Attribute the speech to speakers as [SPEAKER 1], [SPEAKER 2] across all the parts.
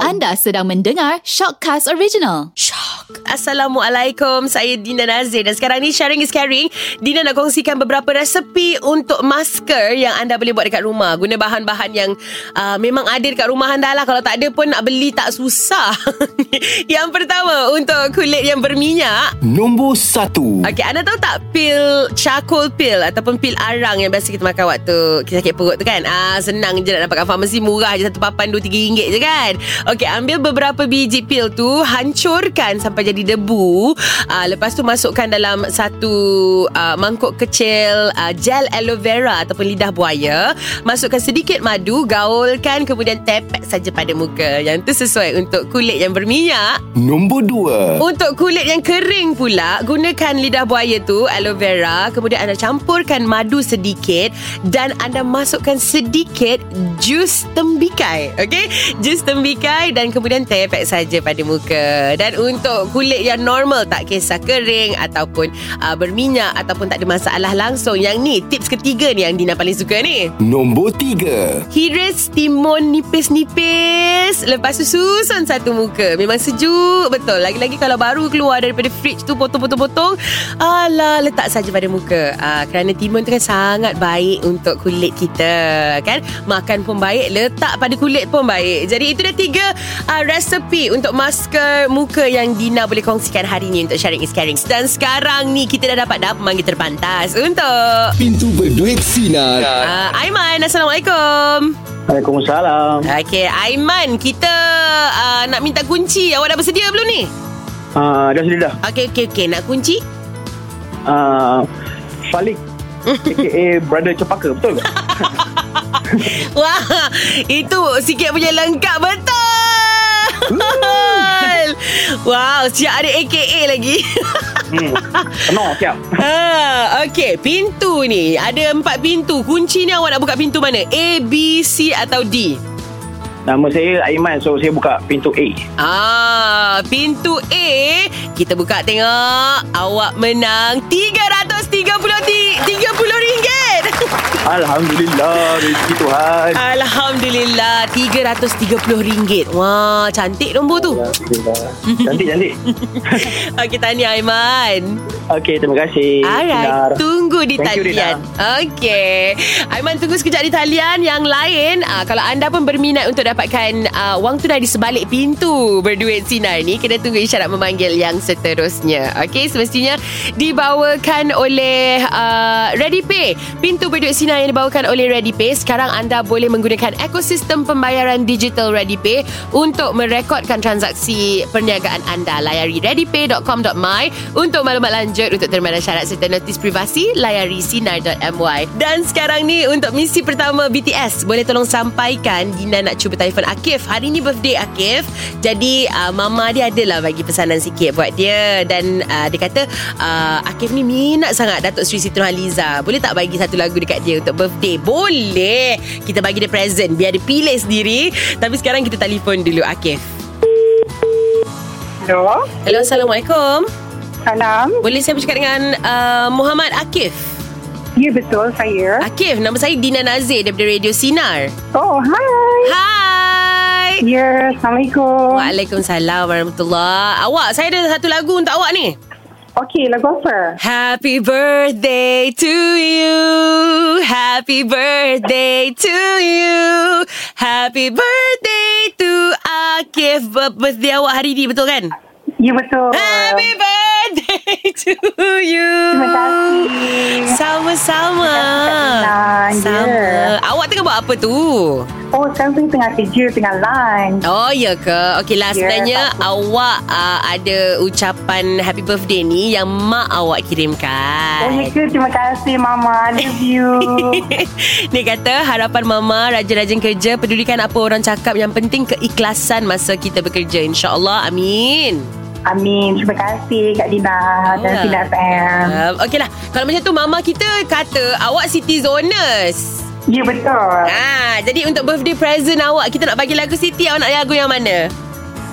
[SPEAKER 1] Anda sedang mendengar Shockcast Original.
[SPEAKER 2] Shock. Assalamualaikum. Saya Dina Nazir dan sekarang ni sharing is caring. Dina nak kongsikan beberapa resepi untuk masker yang anda boleh buat dekat rumah. Guna bahan-bahan yang uh, memang ada dekat rumah anda lah. Kalau tak ada pun nak beli tak susah. yang pertama untuk kulit yang berminyak.
[SPEAKER 3] Nombor satu.
[SPEAKER 2] Okey, anda tahu tak pil charcoal pil ataupun pil arang yang biasa kita makan waktu kita sakit perut tu kan? Ah, senang je nak dapatkan farmasi murah je satu papan RM2 3 je kan. Okey, ambil beberapa biji pil tu, hancurkan sampai jadi debu. Ah, lepas tu masukkan dalam satu ah, mangkuk kecil ah, gel aloe vera ataupun lidah buaya. Masukkan sedikit madu, gaulkan kemudian tepek saja pada muka. Yang tu sesuai untuk kulit yang berminyak.
[SPEAKER 3] Nombor dua.
[SPEAKER 2] Untuk kulit yang kering pula, gunakan lidah buaya tu, aloe vera, kemudian anda campurkan madu sedikit dan anda masukkan sedikit jus tembikai, okey? Jus tembikai dan kemudian tepek saja pada muka. Dan untuk kulit yang normal, tak kisah kering ataupun uh, berminyak ataupun tak ada masalah langsung, yang ni tips ketiga ni yang Dina paling suka ni.
[SPEAKER 3] Nombor tiga.
[SPEAKER 2] Hiris timun nipis-nipis Lepas tu susun satu muka Memang sejuk Betul Lagi-lagi kalau baru keluar daripada fridge tu Potong-potong-potong Alah letak saja pada muka ah, Kerana timun tu kan sangat baik Untuk kulit kita Kan Makan pun baik Letak pada kulit pun baik Jadi itu dah tiga ah, Resepi untuk masker Muka yang Dina boleh kongsikan hari ni Untuk sharing is caring Dan sekarang ni Kita dah dapat dah Pemanggil terpantas Untuk
[SPEAKER 3] Pintu berduit sinar.
[SPEAKER 2] ah, Aiman Assalamualaikum
[SPEAKER 4] Waalaikumsalam.
[SPEAKER 2] Okey, Aiman, kita uh, nak minta kunci. Awak dah bersedia belum ni?
[SPEAKER 4] Ah, dah sini dah.
[SPEAKER 2] Okey, okey, okey. Nak kunci?
[SPEAKER 4] Ah, Falik aka brother Cepaka, betul ke?
[SPEAKER 2] Wah, itu sikit punya lengkap betul. wow, siap ada AKA lagi.
[SPEAKER 4] Hmm. Penuh, siap.
[SPEAKER 2] ha, okey, pintu ni. Ada empat pintu. Kunci ni awak nak buka pintu mana? A, B, C atau D?
[SPEAKER 4] Nama saya Aiman, so saya buka pintu A.
[SPEAKER 2] Ah, pintu A kita buka tengok. Awak menang RM330 RM30.
[SPEAKER 4] Alhamdulillah, rezeki Tuhan.
[SPEAKER 2] Alhamdulillah RM330 Wah cantik nombor tu
[SPEAKER 4] Alhamdulillah. Cantik, cantik.
[SPEAKER 2] Okey tahniah Aiman
[SPEAKER 4] Okey, terima kasih. Sinar.
[SPEAKER 2] Alright Tunggu di
[SPEAKER 4] Thank you,
[SPEAKER 2] talian Okey Aiman tunggu sekejap di talian Yang lain ah, Kalau anda pun berminat Untuk dapatkan ah, Wang tunai di sebalik pintu Berduit sinar ni Kena tunggu isyarat memanggil Yang seterusnya Okey semestinya Dibawakan oleh ah, ReadyPay Pintu berduit sinar Yang dibawakan oleh ReadyPay Sekarang anda boleh menggunakan Ekosistem pembayaran digital ReadyPay Untuk merekodkan transaksi Perniagaan anda Layari readypay.com.my Untuk maklumat lanjut Untuk terma dan syarat Serta notis privasi Layari sinar.my Dan sekarang ni Untuk misi pertama BTS Boleh tolong sampaikan Dina nak cuba telefon Akif Hari ni birthday Akif Jadi uh, Mama dia adalah Bagi pesanan sikit Buat dia Dan uh, dia kata uh, Akif ni minat sangat Datuk Sri Siti Nurhaliza Boleh tak bagi satu lagu Dekat dia untuk birthday Boleh Kita bagi dia present Biar dia pilih sendiri Tapi sekarang kita telefon dulu Akif
[SPEAKER 5] Hello.
[SPEAKER 2] Hello Assalamualaikum
[SPEAKER 5] Salam.
[SPEAKER 2] Boleh saya bercakap dengan uh, Muhammad Akif
[SPEAKER 5] Ya betul saya.
[SPEAKER 2] Akif, nama saya Dina Nazir daripada Radio Sinar.
[SPEAKER 5] Oh, hai.
[SPEAKER 2] Hai.
[SPEAKER 5] Ya, Assalamualaikum.
[SPEAKER 2] Waalaikumsalam warahmatullahi. Awak, saya ada satu lagu untuk awak ni.
[SPEAKER 5] Okey, lagu apa?
[SPEAKER 2] Happy birthday to you. Happy birthday to you. Happy birthday to Akif. Ber- Birthday awak hari ni, betul kan?
[SPEAKER 5] Ya betul.
[SPEAKER 2] Happy birthday to you.
[SPEAKER 5] Terima kasih.
[SPEAKER 2] Sama-sama.
[SPEAKER 5] Terima kasih, Nan.
[SPEAKER 2] Sama.
[SPEAKER 5] Ya.
[SPEAKER 2] Awak tengah buat apa tu?
[SPEAKER 5] Oh, sekarang saya tengah kerja, tengah lunch.
[SPEAKER 2] Oh ya ke? Okey lah
[SPEAKER 5] Ya,
[SPEAKER 2] sebenarnya
[SPEAKER 5] tak apa.
[SPEAKER 2] awak uh, ada ucapan happy birthday ni yang mak awak kirimkan.
[SPEAKER 5] Oh, ya ke? Terima kasih, Mama. I love you.
[SPEAKER 2] Dia kata harapan mama rajin-rajin kerja pedulikan apa orang cakap yang penting keikhlasan masa kita bekerja insya-Allah. Amin.
[SPEAKER 5] Amin. Terima kasih Kak Dina dan
[SPEAKER 2] Ah.
[SPEAKER 5] Sina FM.
[SPEAKER 2] Um, Okeylah. Kalau macam tu mama kita kata awak city zoners.
[SPEAKER 5] Ya betul.
[SPEAKER 2] Ah, jadi untuk birthday present awak kita nak bagi lagu Siti awak nak lagu yang mana?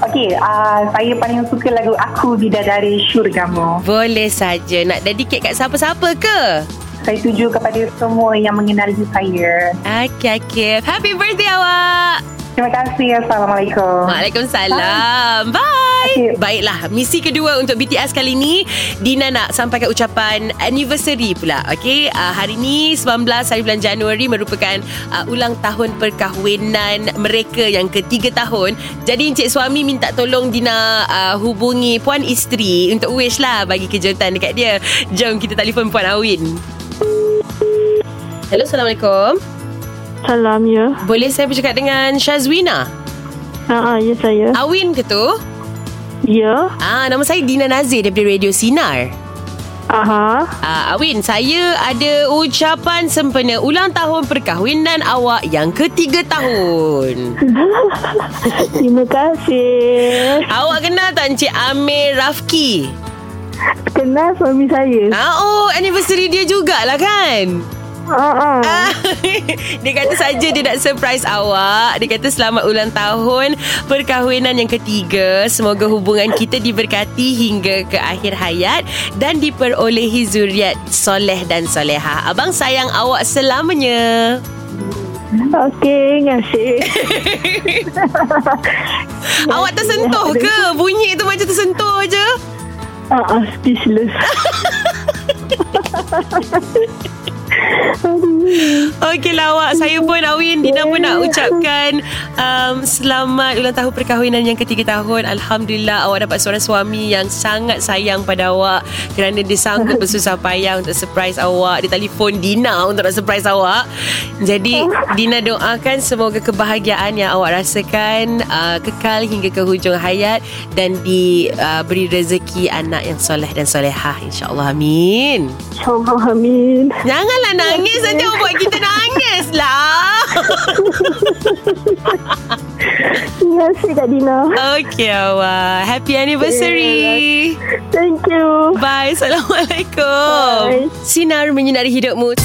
[SPEAKER 5] Okey, uh, saya paling suka lagu Aku Bidadari Syurgamu.
[SPEAKER 2] Boleh saja nak dedicate kat siapa-siapa ke?
[SPEAKER 5] Saya tuju kepada semua yang mengenali saya.
[SPEAKER 2] Okey, Akif. Happy birthday awak.
[SPEAKER 5] Terima kasih. Assalamualaikum.
[SPEAKER 2] Waalaikumsalam. Bye.
[SPEAKER 5] Okey.
[SPEAKER 2] Baiklah, misi kedua untuk BTS kali ni Dina nak sampaikan ucapan anniversary pula. Okey, uh, hari ni 19 hari bulan Januari merupakan uh, ulang tahun perkahwinan mereka yang ketiga tahun. Jadi encik suami minta tolong Dina uh, hubungi puan isteri untuk wish lah bagi kejutan dekat dia. Jom kita telefon puan Awin. Hello, Assalamualaikum.
[SPEAKER 6] Salam ya.
[SPEAKER 2] Boleh saya bercakap dengan Syazwina?
[SPEAKER 6] Ha ah, ya saya.
[SPEAKER 2] Awin ke tu?
[SPEAKER 6] Ya.
[SPEAKER 2] Ah, nama saya Dina Nazir daripada Radio Sinar.
[SPEAKER 6] Aha.
[SPEAKER 2] Ah, Awin, saya ada ucapan sempena ulang tahun perkahwinan awak yang ketiga tahun.
[SPEAKER 6] Terima kasih.
[SPEAKER 2] awak kenal tak Encik Amir Rafki?
[SPEAKER 6] Kenal suami saya.
[SPEAKER 2] Ah, oh, anniversary dia jugalah kan?
[SPEAKER 6] Ha ah.
[SPEAKER 2] Ah, dia kata saja dia nak surprise awak. Dia kata selamat ulang tahun perkahwinan yang ketiga. Semoga hubungan kita diberkati hingga ke akhir hayat dan diperolehi zuriat soleh dan solehah. Abang sayang awak selamanya.
[SPEAKER 6] Okey, terima kasih.
[SPEAKER 2] Awak tersentuh ke? Bunyi tu macam tersentuh je.
[SPEAKER 6] Ha ah, speechless.
[SPEAKER 2] Okeylah lah, awak Saya pun Awin Dina pun nak ucapkan um, Selamat ulang tahun perkahwinan yang ketiga tahun Alhamdulillah awak dapat seorang suami Yang sangat sayang pada awak Kerana dia sanggup bersusah payah Untuk surprise awak Dia telefon Dina Untuk nak surprise awak Jadi Dina doakan Semoga kebahagiaan yang awak rasakan uh, Kekal hingga ke hujung hayat Dan diberi rezeki anak yang soleh dan solehah InsyaAllah amin
[SPEAKER 6] InsyaAllah amin.
[SPEAKER 2] Janganlah nangis Nanti orang buat kita nangis lah
[SPEAKER 6] Terima kasih Kak Dina.
[SPEAKER 2] Okay awak Happy anniversary
[SPEAKER 6] Thank you.
[SPEAKER 2] Bye Assalamualaikum
[SPEAKER 6] Bye.
[SPEAKER 2] Sinar menyinari hidupmu